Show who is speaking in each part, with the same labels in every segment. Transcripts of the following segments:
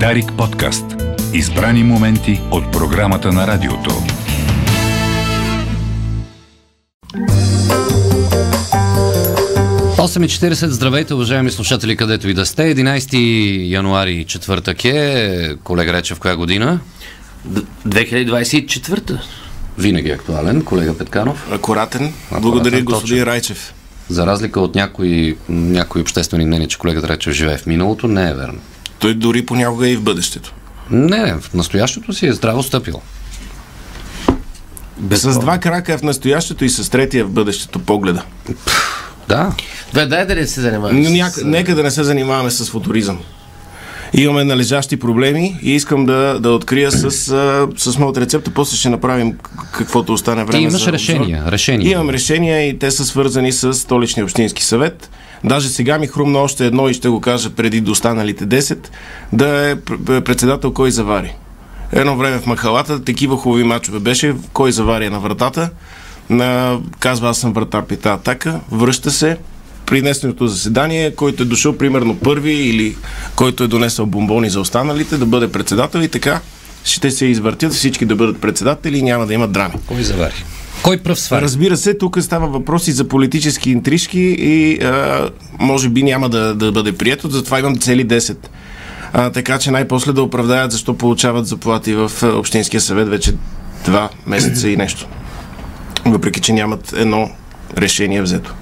Speaker 1: Дарик подкаст. Избрани моменти от програмата на радиото.
Speaker 2: Осем и 40, здравейте, уважаеми слушатели, където и да сте. 11 януари, четвъртък е, колега Речев, коя година?
Speaker 3: 2024-та.
Speaker 2: Винаги е актуален, колега Петканов.
Speaker 4: Акуратен. Благодаря, господин Райчев.
Speaker 2: За разлика от някои, някои обществени мнения, че колегата Речев живее в миналото, не е верно.
Speaker 4: Той дори понякога е и в бъдещето.
Speaker 2: Не, не, в настоящето си е здраво стъпил.
Speaker 4: С два крака е в настоящето и с третия в бъдещето погледа.
Speaker 2: Да,
Speaker 3: Бе, дай да не се занимаваме.
Speaker 4: Но
Speaker 3: с-
Speaker 4: няк... Нека да не се занимаваме с футуризъм. Имаме належащи проблеми и искам да, да открия с, а, с моята рецепта. После ще направим к- каквото остане
Speaker 2: ти
Speaker 4: време.
Speaker 2: имаш
Speaker 4: за
Speaker 2: решения, решения.
Speaker 4: Обзор. Имам решения и те са свързани с столичния общински съвет. Даже сега ми хрумна още едно и ще го кажа преди до останалите 10, да е пр- пр- председател кой завари. Едно време в Махалата такива хубави мачове беше, кой заваря на вратата. На, казва, аз съм врата пита атака, връща се, при днесното заседание, който е дошъл примерно първи или който е донесъл бомбони за останалите, да бъде председател и така ще се извъртят всички да бъдат председатели и няма да има драми.
Speaker 2: Кой завари? Кой пръв свари?
Speaker 4: Разбира се, тук става въпрос и за политически интрижки и а, може би няма да, да бъде прието, затова имам цели 10. А, така че най-после да оправдаят защо получават заплати в а, Общинския съвет вече 2 месеца и нещо. Въпреки, че нямат едно решение взето.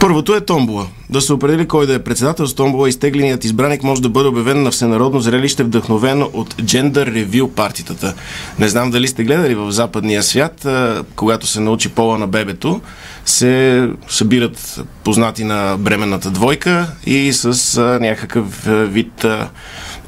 Speaker 4: Първото е томбола. Да се определи кой да е председател с томбола, изтегленият избраник може да бъде обявен на всенародно зрелище, вдъхновено от Gender Review партитата. Не знам дали сте гледали в западния свят, а, когато се научи пола на бебето, се събират познати на бременната двойка и с а, някакъв а, вид а,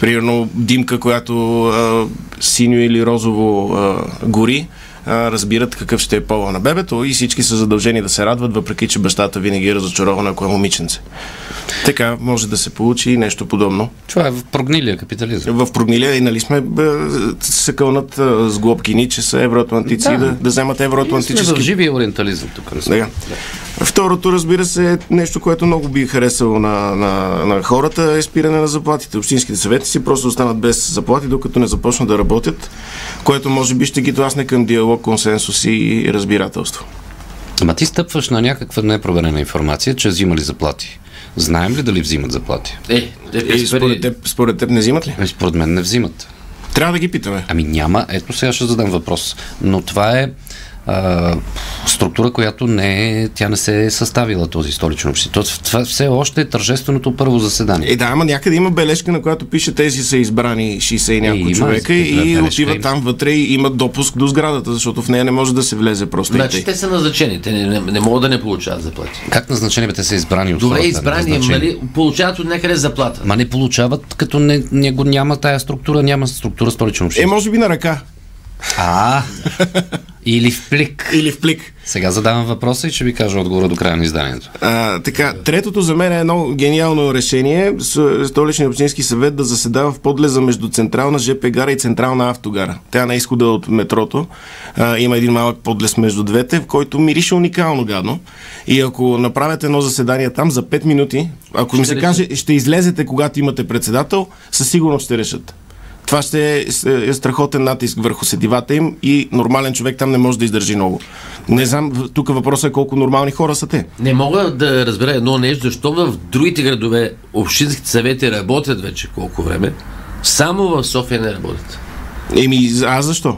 Speaker 4: примерно димка, която а, синьо или розово а, гори, а, разбират какъв ще е пола на бебето и всички са задължени да се радват, въпреки че бащата винаги е разочарован, ако е момиченце. Така може да се получи и нещо подобно.
Speaker 2: Това е в прогнилия капитализъм.
Speaker 4: В прогнилия и нали сме бе, се кълнат а, с глобкини, че са евроатлантици
Speaker 2: Да.
Speaker 4: да, да, да вземат
Speaker 2: Ние сме в
Speaker 4: евроатлантически
Speaker 2: живия ориентализъм тук. разбира.
Speaker 4: сега. Второто, разбира се, е нещо, което много би харесало на, на, на хората, е спиране на заплатите. Общинските съветници просто останат без заплати, докато не започнат да работят, което може би ще ги тласне към диалог, консенсус и разбирателство.
Speaker 2: Ама ти стъпваш на някаква непроверена информация, че взимали заплати. Знаем ли дали взимат заплати?
Speaker 3: Е, те
Speaker 4: И според
Speaker 3: експерти.
Speaker 4: теб, според теб не взимат ли?
Speaker 2: Ами, Според мен не взимат.
Speaker 4: Трябва да ги питаме.
Speaker 2: Ами няма, ето сега ще задам въпрос. Но това е а, структура, която не е, тя не се е съставила този столичен общи. Тоест, това все още е тържественото първо заседание.
Speaker 4: Е, да, ама някъде има бележка, на която пише тези са избрани 60 и
Speaker 2: Е,
Speaker 4: няколко
Speaker 2: има,
Speaker 4: човека
Speaker 2: да,
Speaker 4: и
Speaker 2: бележка
Speaker 4: отиват
Speaker 2: има.
Speaker 4: там вътре и имат допуск до сградата, защото в нея не може да се влезе просто. и
Speaker 3: Значи
Speaker 4: тъй.
Speaker 3: те са назначени, те не, не, не могат да не получават заплати.
Speaker 2: Как назначени бе, те са избрани от
Speaker 3: Добре,
Speaker 2: хората,
Speaker 3: избрани,
Speaker 2: назначени?
Speaker 3: нали, получават от някъде заплата.
Speaker 2: Ма не получават, като не, не го няма тая структура, няма структура столичен общи.
Speaker 4: Е, може би на ръка
Speaker 2: А, или в плик.
Speaker 4: или в плик.
Speaker 2: Сега задавам въпроса и ще ви кажа отговора до края на изданието.
Speaker 4: А, така, третото за мен е едно гениално решение. С- Столичният общински съвет да заседава в подлеза между централна ЖП гара и централна автогара. Тя на изхода от метрото а, има един малък подлез между двете, в който мирише уникално гадно. И ако направят едно заседание там за 5 минути, ако ми се
Speaker 3: решат.
Speaker 4: каже, ще излезете когато имате председател, със сигурност ще решат. Това ще е, с- е страхотен натиск върху седивата им и нормален човек там не може да издържи много. Не знам, в- тук въпросът е колко нормални хора са те.
Speaker 3: Не мога да разбера едно нещо, защо в другите градове общинските съвети работят вече колко време, само в София не работят.
Speaker 4: Еми, за- а защо?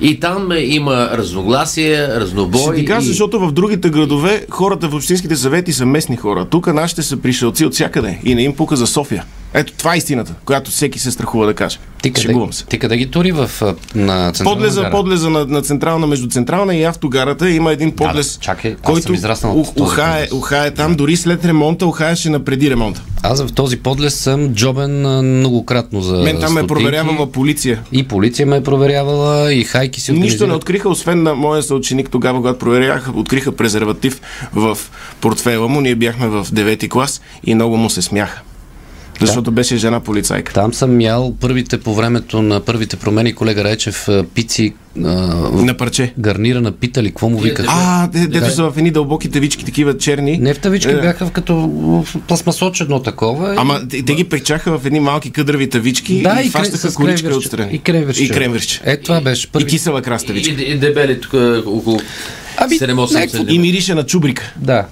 Speaker 3: И там е, има разногласие, разнобой.
Speaker 4: Ще ти кажа,
Speaker 3: и...
Speaker 4: защото в другите градове хората в общинските съвети са местни хора. Тук нашите са пришелци от всякъде и не им пука за София. Ето това е истината, която всеки се страхува да каже.
Speaker 2: Ти къде,
Speaker 4: Шегувам се.
Speaker 2: ти къде ги тури в, а, на централна
Speaker 4: Подлеза,
Speaker 2: гара?
Speaker 4: подлеза на, на централна, между централна и автогарата има един подлез,
Speaker 2: да, чакай, аз
Speaker 4: който
Speaker 2: съм израснал
Speaker 4: у-
Speaker 2: в този
Speaker 4: уха, е,
Speaker 2: подлез.
Speaker 4: уха е там, дори след ремонта, уха е ще напреди ремонта.
Speaker 2: Аз в този подлез съм джобен а, многократно за
Speaker 4: Мен там ме
Speaker 2: стотинки.
Speaker 4: проверявала полиция.
Speaker 2: И полиция ме е проверявала, и хайки си
Speaker 4: Нищо не
Speaker 2: организират.
Speaker 4: откриха, освен на моя съученик тогава, когато проверяха, откриха презерватив в портфела му. Ние бяхме в 9 клас и много му се смяха. Защото беше жена полицайка.
Speaker 2: Там съм ял първите по времето на първите промени, колега Райчев, а, пици, а,
Speaker 4: На парче.
Speaker 2: гарнирана пита ли, какво му викат?
Speaker 4: А, де- дето са в едни дълбоки тавички, такива черни.
Speaker 2: Не в тавички,
Speaker 4: Е.
Speaker 2: бяха в като в пластмасоч едно такова. и-
Speaker 4: Ама те, те ги печаха в едни малки къдрави тавички
Speaker 2: Да,
Speaker 4: и,
Speaker 2: и кре-
Speaker 4: фащаха
Speaker 2: с
Speaker 4: количка
Speaker 2: кремверче.
Speaker 4: отстрани.
Speaker 2: И кремверче.
Speaker 4: И кремверче.
Speaker 2: Е, това беше
Speaker 4: И
Speaker 2: първи.
Speaker 4: кисела
Speaker 3: И,
Speaker 4: краставичка.
Speaker 3: и, и дебели тук а, около
Speaker 4: Ами,
Speaker 2: Аби,
Speaker 3: 7-8
Speaker 2: някакво-
Speaker 4: И
Speaker 3: седем.
Speaker 4: мирише на чубрика.
Speaker 2: Да.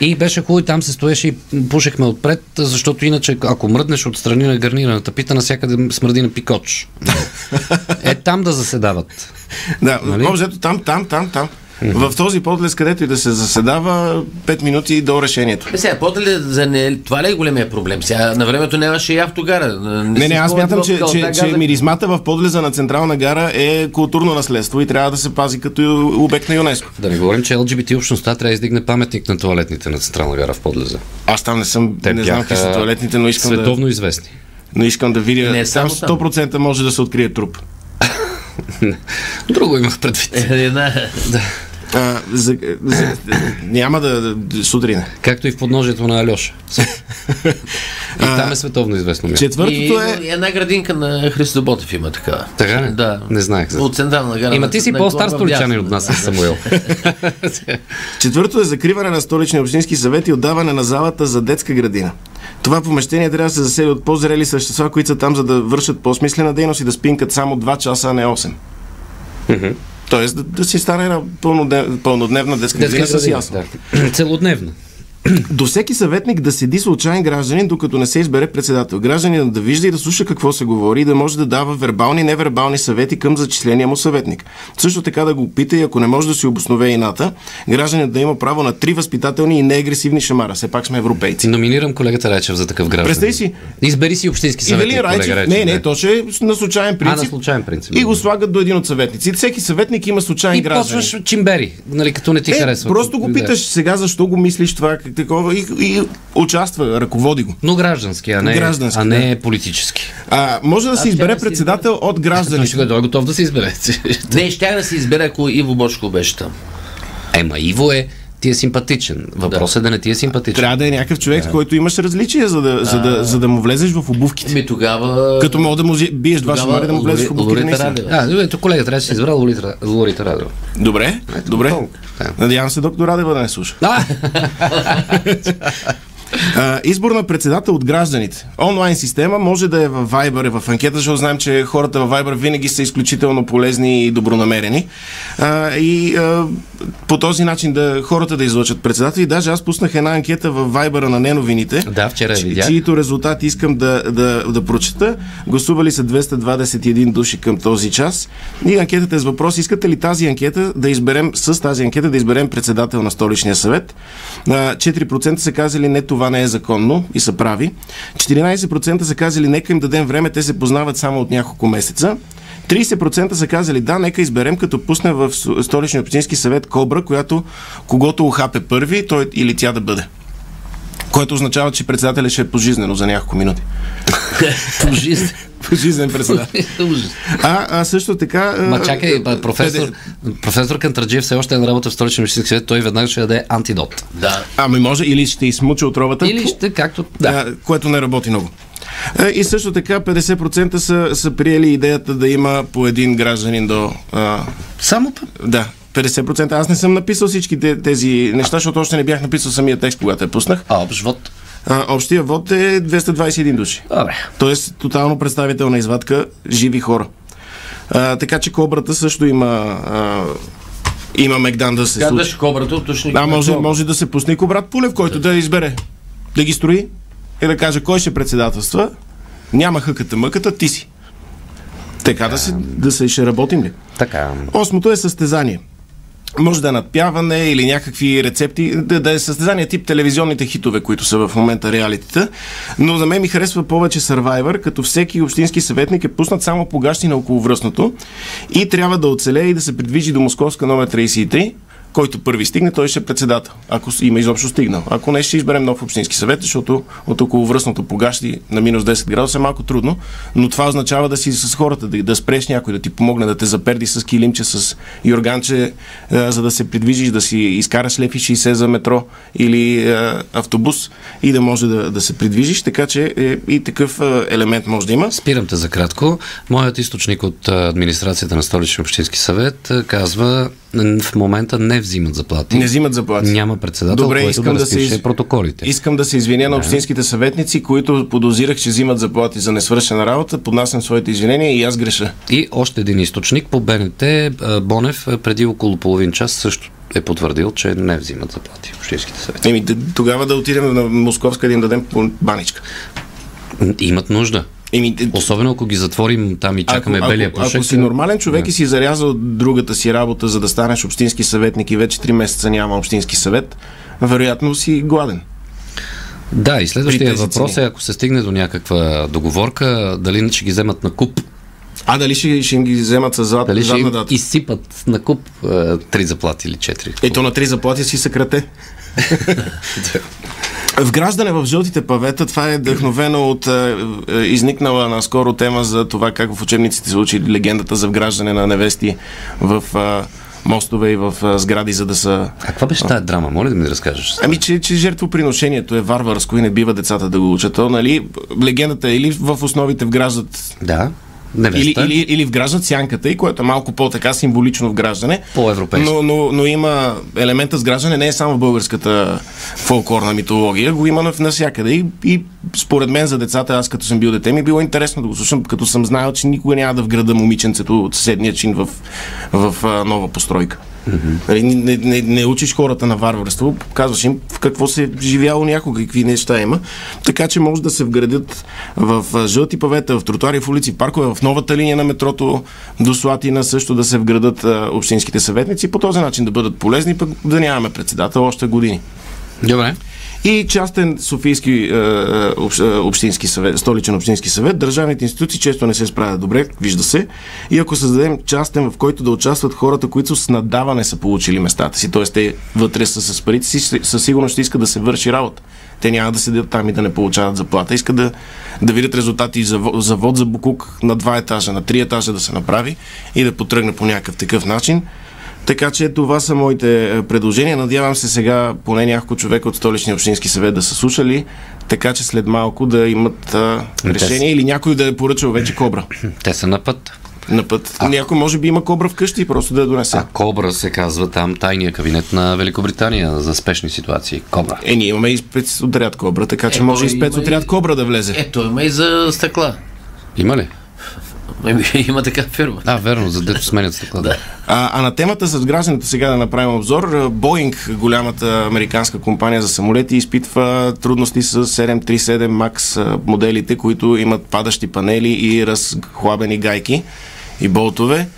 Speaker 2: И беше хубаво, и там се стоеше и пушехме отпред, защото иначе, ако мръднеш отстрани на гарнираната пита, навсякъде смърди на пикоч. е там да заседават.
Speaker 4: Да,
Speaker 2: Нали?
Speaker 4: нали? обзето там, там, там, там. В този подлез, където и да се заседава, 5 минути до решението.
Speaker 3: Е, Сега, пота ли за не... Това ли е големия проблем? Сега, на времето нямаше и автогара.
Speaker 4: Не, не,
Speaker 3: си
Speaker 4: аз
Speaker 3: спомням
Speaker 4: мятам, че,
Speaker 3: България,
Speaker 4: че,
Speaker 3: така
Speaker 4: че
Speaker 3: казах.
Speaker 4: миризмата в подлеза на Централна гара е културно наследство и трябва да се пази като обект на ЮНЕСКО.
Speaker 2: Да не говорим, че LGBT общността трябва да издигне паметник на туалетните на Централна гара в Подлеза.
Speaker 4: Аз там не съм,
Speaker 2: Те
Speaker 4: не знам какви са
Speaker 2: бяха
Speaker 4: туалетните, но искам, да,
Speaker 2: Световно известни.
Speaker 4: но искам да видя.
Speaker 3: Не, само
Speaker 4: там
Speaker 3: там.
Speaker 4: 100% може да се открие труп.
Speaker 2: Друго имах предвид.
Speaker 3: Е, Една...
Speaker 4: А, за, за, няма да, да, да сутрине.
Speaker 2: Както и в подножието на Алеша. и там е световно известно място.
Speaker 3: И,
Speaker 4: Четвъртото е...
Speaker 3: и една градинка на Христо Ботев има такава.
Speaker 2: Така ли?
Speaker 3: Да.
Speaker 2: Не знаех за-
Speaker 3: От централна гара.
Speaker 2: Има
Speaker 3: на-
Speaker 2: ти си
Speaker 3: на-
Speaker 2: по-стар
Speaker 3: на-
Speaker 2: столичанин
Speaker 3: вдясно,
Speaker 2: от нас,
Speaker 3: да.
Speaker 2: Самуил.
Speaker 4: Четвърто е закриване на столични общински съвет и отдаване на залата за детска градина. Това помещение трябва да се засели от по-зрели същества, които са там, за да вършат по-смислена дейност и да спинкат само 2 часа, а не 8. Тоест да, да си стане една пълнодневна, пълнодневна детска,
Speaker 2: Детска
Speaker 4: градина с
Speaker 2: градина.
Speaker 4: ясно.
Speaker 2: да. Целодневно.
Speaker 4: До всеки съветник да седи случайен гражданин, докато не се избере председател. Гражданинът да вижда и да слуша какво се говори и да може да дава вербални и невербални съвети към зачисления му съветник. Също така да го пита и ако не може да си обоснове ината, гражданинът да има право на три възпитателни и неагресивни шамара. Все пак сме европейци.
Speaker 2: Номинирам колегата Райчев за такъв граждан.
Speaker 4: Представи си.
Speaker 2: Избери си общински
Speaker 4: И
Speaker 2: съветник,
Speaker 4: дали Райчев?
Speaker 2: колега Райчев.
Speaker 4: Не, не,
Speaker 2: да.
Speaker 4: то ще е на случайен
Speaker 2: А,
Speaker 4: принцип.
Speaker 2: на случайен принцип.
Speaker 4: И го слагат до един от съветници. Всеки съветник има случайен
Speaker 2: и
Speaker 4: гражданин.
Speaker 2: почваш чимбери, нали, като не ти
Speaker 4: Е,
Speaker 2: харесва.
Speaker 4: просто го
Speaker 2: Да.
Speaker 4: питаш сега защо го мислиш това, как такова и, и участва, ръководи го.
Speaker 2: Но граждански, а не,
Speaker 4: Граждански,
Speaker 2: а не политически.
Speaker 4: А, може да се
Speaker 3: тя
Speaker 4: избере
Speaker 3: да си
Speaker 4: председател от
Speaker 2: Той
Speaker 4: граждани.
Speaker 2: ще го е дой готов да се избере.
Speaker 3: Не, щях да се избера, ако Иво Бошко беше там.
Speaker 2: Ема Иво е, ти е симпатичен. Въпросът е да не ти е симпатичен.
Speaker 4: Трябва да е някакъв човек, с който имаш различия, за да, за, да, за да му влезеш в обувките.
Speaker 3: Ми тогава...
Speaker 4: Като мога да му зи- биеш два шамари да му влезеш в
Speaker 3: Ами, Лори-
Speaker 4: обувките.
Speaker 3: Лорита
Speaker 4: наистина.
Speaker 3: Радева.
Speaker 2: А, ето колега трябва да се избра Лолита, Лолита Радева.
Speaker 4: Добре, добре.
Speaker 2: толкова. Да.
Speaker 4: Надявам се доктор Радева да не слуша.
Speaker 2: А,
Speaker 4: А, избор на председател от гражданите. Онлайн система може да е в Viber, в анкета, защото знаем, че хората в Viber винаги са изключително полезни и добронамерени. А, и а, по този начин да хората да излъчат председател. И даже аз пуснах една анкета в Viber на неновините.
Speaker 2: да, вчера я
Speaker 4: Чи-
Speaker 2: видях.
Speaker 4: чието резултат искам да, да, да прочета. Гласували са 221 души към този час. И анкетата е с въпрос, искате ли тази анкета да изберем, с тази анкета да изберем председател на столичния съвет. А, 4% са казали не, това не е законно и са прави. 14% са казали нека им дадем време, те се познават само от няколко месеца. 30% са казали да, нека изберем, като пусне в Су- столичния общински съвет Кобра, която когото ухапе първи, той или тя да бъде. Което означава, че председателят ще е пожизнено за няколко минути.
Speaker 2: Ужас.
Speaker 4: Пожизнен председател.
Speaker 2: Ужас.
Speaker 4: А, а също така... а,
Speaker 2: Ма чакай,
Speaker 4: а,
Speaker 2: ба, професор, професор Кантраджиев все още е на работа в столичен общински съвет, той веднага ще даде антидот.
Speaker 3: Да.
Speaker 4: Ами може, или ще измуча отровата.
Speaker 2: Или ще, както... Да.
Speaker 4: да. което не работи много. А, И също така 50% са, са приели идеята да има по един гражданин до... А,
Speaker 2: Само п-
Speaker 4: да, 50%. Аз не съм написал всички те- тези неща, защото още не бях написал самия текст, когато я пуснах.
Speaker 2: а, общ вод.
Speaker 4: А, общия вод е 221 души.
Speaker 2: Добре.
Speaker 4: Тоест, тотално представителна извадка живи хора. А, така че кобрата също има, а, има Мегдан да се случи.
Speaker 3: Кадаш кобрата, уточни.
Speaker 4: А може, може да се пусне и Кобрат Пулев, който да избере. Да ги строи и да каже кой ще председателства. Няма хъката мъката, ти си. Така да се, да се ще работим ли?
Speaker 2: Така.
Speaker 4: Осмото е състезание. Може да е надпяване или някакви рецепти, да, да е състезание тип телевизионните хитове, които са в момента реалитета. Но за мен ми харесва повече Survivor, като всеки общински съветник е пуснат само по гащи на околовръстното и трябва да оцелее и да се придвижи до Московска номер 33, който първи стигне, той ще е председател, ако с- има изобщо стигнал. Ако не, ще изберем нов общински съвет, защото от околовръстното погашти на минус 10 градуса е малко трудно, но това означава да си с хората, да, да спреш някой, да ти помогне, да те заперди с килимче, с юрганче, е, за да се придвижиш, да си изкараш лепи 60 за метро или е, автобус и да може да, да се придвижиш, така че е, и такъв е, елемент може да има.
Speaker 2: Спирам те за кратко. Моят източник от а, администрацията на Столичен общински съвет а, казва, н- в момента не взимат заплати.
Speaker 4: Не взимат заплати.
Speaker 2: Няма председател,
Speaker 4: Добре,
Speaker 2: който
Speaker 4: искам
Speaker 2: да
Speaker 4: да се
Speaker 2: разпише
Speaker 4: из-
Speaker 2: протоколите.
Speaker 4: Искам да се извиня на общинските съветници, които подозирах, че взимат заплати за несвършена работа. Поднасям своите извинения и аз греша.
Speaker 2: И още един източник по БНТ, а, Бонев а, преди около половин час също е потвърдил, че не взимат заплати общинските съвети.
Speaker 4: Еми, д- тогава да отидем на Московска и да им дадем по- баничка.
Speaker 2: М, Имат нужда.
Speaker 4: Еми, д-
Speaker 2: Особено ако ги затворим там и чакаме
Speaker 4: ако,
Speaker 2: белия
Speaker 4: ако,
Speaker 2: пушек.
Speaker 4: ако си нормален човек и си зарязал другата си работа, за да станеш общински съветник и вече 3 месеца няма общински съвет, вероятно си гладен.
Speaker 2: Да, и следващия
Speaker 4: При тези
Speaker 2: въпрос е,
Speaker 4: цени.
Speaker 2: ако се стигне до някаква договорка, дали не ще ги вземат на куп,
Speaker 4: А дали ще, ще им ги вземат с зад,
Speaker 2: дали ще
Speaker 4: задна
Speaker 2: им
Speaker 4: дата?
Speaker 2: изсипат на куп а, три заплати или четири.
Speaker 4: Ето на три заплати си съкрате. Вграждане в жълтите павета, това е вдъхновено от е, е, изникнала наскоро тема за това как в учебниците се учи легендата за вграждане на невести в е, мостове и в е, сгради, за да са...
Speaker 2: А каква беше тази драма? Моля да ми разкажеш.
Speaker 4: Ами, че, че жертвоприношението е варварско и не бива децата да го учат. То, нали, легендата е или в основите вграждат
Speaker 2: Да,
Speaker 4: или,
Speaker 2: невеста.
Speaker 4: или, или вграждат сянката и което е малко по-така символично вграждане.
Speaker 2: По-европейско.
Speaker 4: Но, но, но има елемента сграждане не е само в българската фолклорна митология, го има нав- навсякъде. И, и според мен за децата, аз като съм бил дете, ми е било интересно да го слушам, като съм знаел, че никога няма да вграда момиченцето от съседния чин в, в, а, нова постройка. Нали, Не, не, не учиш хората на варварство, казваш им в какво се е живяло някога, какви неща има. Така че може да се вградят в а, жълти павета, в тротуари, в улици, паркове, в новата линия на метрото до Слатина също да се вградат а, общинските съветници. По този начин да бъдат полезни, пък да нямаме председател още години.
Speaker 2: Добре.
Speaker 4: И частен Софийски е, е, общ, е, общински съвет, столичен общински съвет, държавните институции често не се справят добре, вижда се. И ако създадем частен, в който да участват хората, които с надаване са получили местата си, т.е. те вътре са с парите си, ще- със сигурност ще искат да се върши работа. Те няма да седят там и да не получават заплата. Искат да, да видят резултати и заво- завод за Букук на два етажа, на три етажа да се направи и да потръгне по някакъв такъв начин. Така че това са моите е, предложения. Надявам се сега поне няколко човека от столичния общински съвет да са слушали, така че след малко да имат а, решение или някой да е поръчал вече кобра
Speaker 2: Те са на път.
Speaker 4: на път. Някой може би има кобра вкъщи и просто да я донесе.
Speaker 2: А Кобра се казва там тайния кабинет на Великобритания за спешни ситуации. Кобра.
Speaker 4: Е, ние имаме и спецотряд кобра, така че
Speaker 3: Е,
Speaker 4: може и
Speaker 3: той има
Speaker 4: спецотряд
Speaker 3: и-
Speaker 4: кобра да влезе.
Speaker 3: Ето, Е, има и за стъкла.
Speaker 2: Има ли?
Speaker 3: Еми, Има така фирма.
Speaker 2: А, верно, за дето сменят стъкла. да.
Speaker 4: А, а на темата с гражданите сега да направим обзор. Боинг, голямата американска компания за самолети, изпитва трудности с 737 MAX а, моделите, които имат падащи панели и разхлабени гайки и болтове.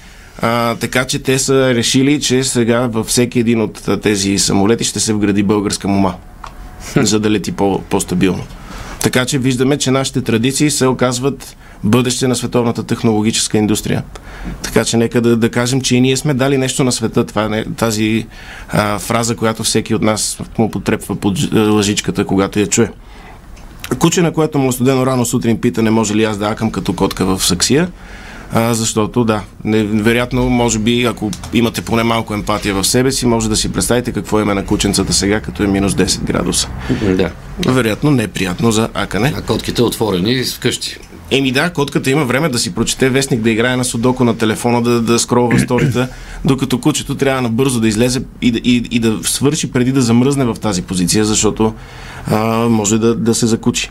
Speaker 4: А, така че те са решили, че сега във всеки един от а, тези самолети ще се вгради българска мума, за да лети по- по-стабилно. Така че виждаме, че нашите традиции се оказват бъдеще на световната технологическа индустрия. Така че нека да, да кажем, че и ние сме дали нещо на света. Това не, тази а, фраза, която всеки от нас му потрепва под ж- лъжичката, когато я чуе. Куче, на което му е студено рано сутрин, пита не може ли аз да акам като котка в саксия. А, защото да, не, вероятно, може би, ако имате поне малко емпатия в себе си, може да си представите какво има на кученцата сега, като е минус 10 градуса.
Speaker 2: да.
Speaker 4: Вероятно не е приятно за акане.
Speaker 2: А котките отворени вкъщи.
Speaker 4: Еми да, котката има време да си прочете вестник, да играе на судоко на телефона, да, да скролва сторите, докато кучето трябва набързо да излезе и да, и, и да свърши преди да замръзне в тази позиция, защото а, може да, да се закучи.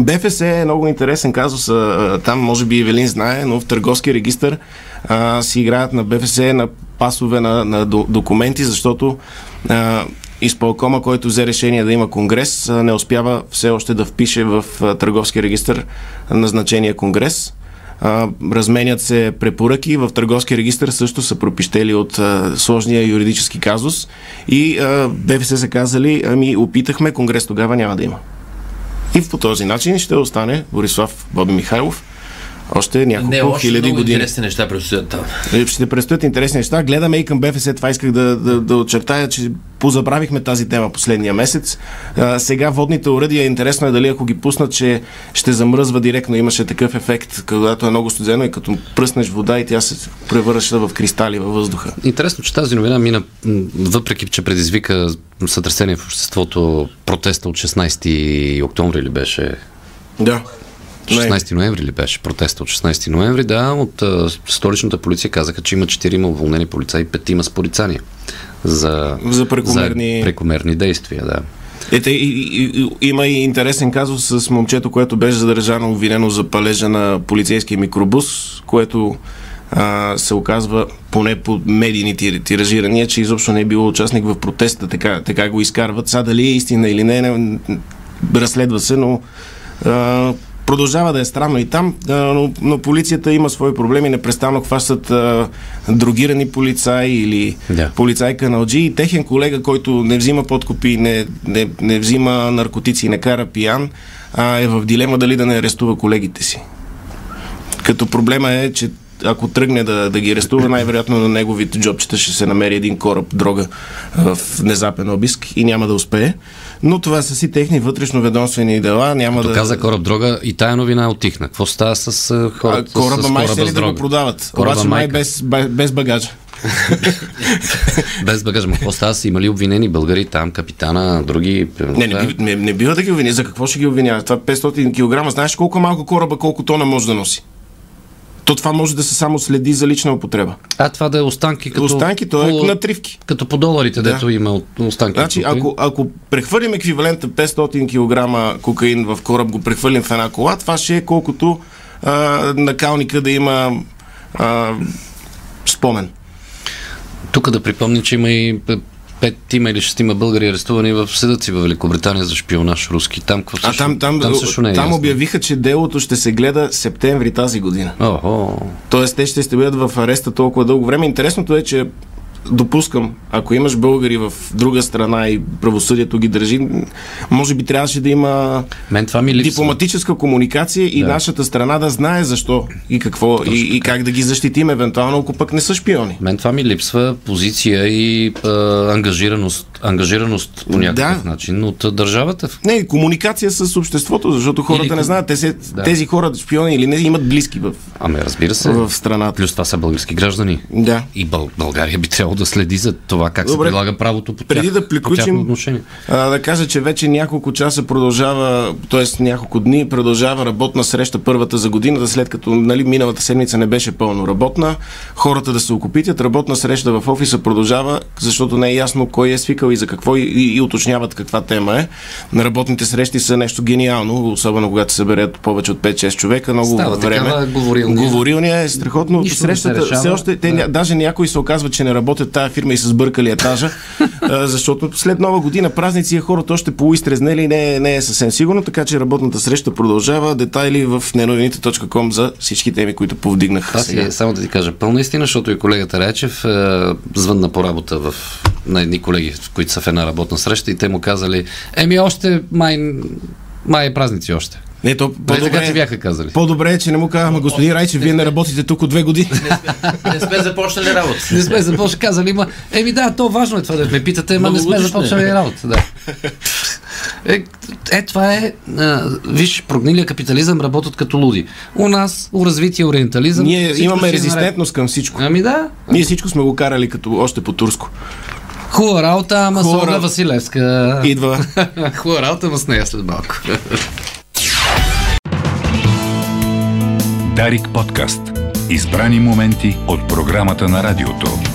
Speaker 4: БФС е много интересен казус. а, Там, може би, Евелин знае, но в търговски регистр а, си играят на БФС на пасове на, на до, документи, защото а, изпълкома, който взе решение да има конгрес, а, не успява все още да впише в а, търговски регистр назначения конгрес. А, разменят се препоръки. В търговски регистр също са пропищели от а, сложния юридически казус. И а, БФС са казали, ами опитахме, конгрес тогава няма да има. И по този начин ще остане Борислав Боби Михайлов Още няколко
Speaker 3: Не, още
Speaker 4: хиляди
Speaker 3: много
Speaker 4: години.
Speaker 3: интересни неща предстоят там.
Speaker 4: Е, Ще предстоят интересни неща. Гледаме и към БФС. Това исках да, да, да очертая, че позабравихме тази тема последния месец. А, сега водните уръдия, интересно е дали ако ги пуснат, че ще замръзва директно. Имаше такъв ефект, когато е много студено и като пръснеш вода и тя се превръща в кристали във въздуха.
Speaker 2: Интересно, че тази новина мина, м, въпреки че предизвика сътресение в обществото, протеста от 16 октомври ли беше?
Speaker 4: Да.
Speaker 2: 16 ноември ли беше протеста от 16 ноември? Да, от а, столичната полиция казаха, че има 4 уволнени полицаи и 5 с порицания за,
Speaker 4: За прекомерни-
Speaker 2: за прекомерни действия. Да.
Speaker 4: Ете, Е, и, и, и, има и интересен казус с момчето, което беше задържано, обвинено за палежа на полицейския микробус, което а, се оказва, поне по медийни тир- тиражирания, че изобщо не е било участник в протеста, така, така го изкарват. Сега дали е истина или не, не разследва се, но а, продължава да е странно и там, а, но, но полицията има свои проблеми, непрестанно хващат а, другирани полицаи или
Speaker 2: Да.
Speaker 4: полицай каналджи и техен колега, който не взима подкупи, не, не, не взима наркотици и не кара пиян, а е в дилема дали да не арестува колегите си. Като проблема е, че ако тръгне да, да ги арестува, най-вероятно на неговите джобчета ще се намери един кораб дрога а, в внезапен обиск и няма да успее. Но това са си техни вътрешно ведомствени дела. Няма
Speaker 2: Като
Speaker 4: да...
Speaker 2: каза кораб дрога и тая новина отихна. Какво става с а,
Speaker 4: а,
Speaker 2: хората?
Speaker 4: кораба
Speaker 2: с
Speaker 4: май
Speaker 2: кораба
Speaker 4: ще ли
Speaker 2: с
Speaker 4: да го
Speaker 2: дрога?
Speaker 4: продават?
Speaker 2: Кораба
Speaker 4: Обаче май
Speaker 2: майка.
Speaker 4: без, ба- без багажа.
Speaker 2: Без багаж, ма какво става? Са имали обвинени българи там, капитана, други...
Speaker 4: Не, не, бива- не, не бива да ги обвиня. За какво ще ги обвинява? Това 500 кг. Знаеш колко малко кораба, колко тона може да носи? То това може да се само следи за лична употреба.
Speaker 2: А това да е останки като...
Speaker 4: Като... Останки, то е
Speaker 2: по-
Speaker 4: на тривки.
Speaker 2: Като по доларите,
Speaker 4: Да.
Speaker 2: дето има от останки.
Speaker 4: Значи,
Speaker 2: тук.
Speaker 4: ако, ако прехвърлим еквивалента 500 кг кокаин в кораб, го прехвърлим в една кола, това ще е колкото а, накалника да има а, спомен.
Speaker 2: Тук да припомня, че има и п- петима или шестима българи арестувани в съдъци в Великобритания за шпионаж руски. Там, какво
Speaker 4: А
Speaker 2: също-
Speaker 4: там, там,
Speaker 2: там също не е
Speaker 4: там
Speaker 2: ясно.
Speaker 4: обявиха, че делото ще се гледа септември тази година.
Speaker 2: Охо.
Speaker 4: Тоест, те ще сте бъдат в ареста толкова дълго време. Интересното е, че допускам, ако имаш българи в друга страна и правосъдието ги държи, може би трябваше да има
Speaker 2: Мен това ми липсва.
Speaker 4: дипломатическа комуникация и нашата страна да знае защо и какво и, и как да ги защитим, евентуално, ако пък не са шпиони.
Speaker 2: Мен това ми липсва позиция и а, ангажираност, ангажираност по някакъв
Speaker 4: Да.
Speaker 2: начин от а, държавата.
Speaker 4: Не, и комуникация с обществото, защото хората
Speaker 2: ком-
Speaker 4: не знаят. Те се,
Speaker 2: Да.
Speaker 4: Тези хора, шпиони или не, имат близки в,
Speaker 2: Ами разбира се.
Speaker 4: в страната.
Speaker 2: Плюс това са български граждани.
Speaker 4: Да.
Speaker 2: И Бъл- България би трябвало да следи за това как
Speaker 4: Добре.
Speaker 2: се прилага правото по
Speaker 4: Преди
Speaker 2: тях, по тяхно
Speaker 4: да приключим,
Speaker 2: отношение.
Speaker 4: А, да кажа, че вече няколко часа продължава, т.е. няколко дни продължава работна среща първата за годината, след като нали, миналата седмица не беше пълно работна. Хората да се окупитят. Работна среща в офиса продължава, защото не е ясно кой е свикал и за какво и, и, и уточняват каква тема е. На работните срещи са нещо гениално, особено когато се съберат повече от 5-6 човека. Много
Speaker 2: Става
Speaker 4: време.
Speaker 2: такава говорилня.
Speaker 4: Говорилния е страхотно.
Speaker 2: Нищо не се
Speaker 4: Срещата
Speaker 2: решава.
Speaker 4: все още те, да. даже някои се оказва, че не работят тая фирма и са сбъркали етажа, а, защото след нова година празници е хората още полуизтрезнели и не, е- не е съвсем сигурно, така че работната среща продължава. Детайли в неновините.com за всички теми, които повдигнах
Speaker 2: Аз
Speaker 4: сега.
Speaker 2: е, само да ти кажа пълна истина, защото и колегата Райчев е, звънна по работа в, на едни колеги, които са в една работна среща и те му казали, еми още май, май е празници още.
Speaker 4: Не, то
Speaker 2: По-добре, така ти
Speaker 4: по-добре,
Speaker 2: бяха казали.
Speaker 4: по-добре е, че не му казвам, «Ама, господин Райчев, вие не работите тук от две години.
Speaker 3: Не сме започнали работа.
Speaker 2: Не сме започнали, казали, ма, еми да, то важно е това да ме питате, ама не сме
Speaker 3: Многогодишно е.
Speaker 2: започнали работа, да. Е, е, това е, а, виж, прогнилия капитализъм работят като луди. У нас, у развития ориентализъм...
Speaker 4: Ние
Speaker 2: всичко си
Speaker 4: имаме
Speaker 2: е наред.
Speaker 4: резистентност към всичко.
Speaker 2: Ами да,
Speaker 4: Ние всичко сме го карали като още по турско.
Speaker 2: хубава работа, ама
Speaker 4: Хубава
Speaker 2: Хора...
Speaker 4: работа.
Speaker 2: Василевска.
Speaker 4: Идва
Speaker 2: Хубава работа, но с нея след малко.
Speaker 1: Дарик подкаст. Избрани моменти от програмата на радиото.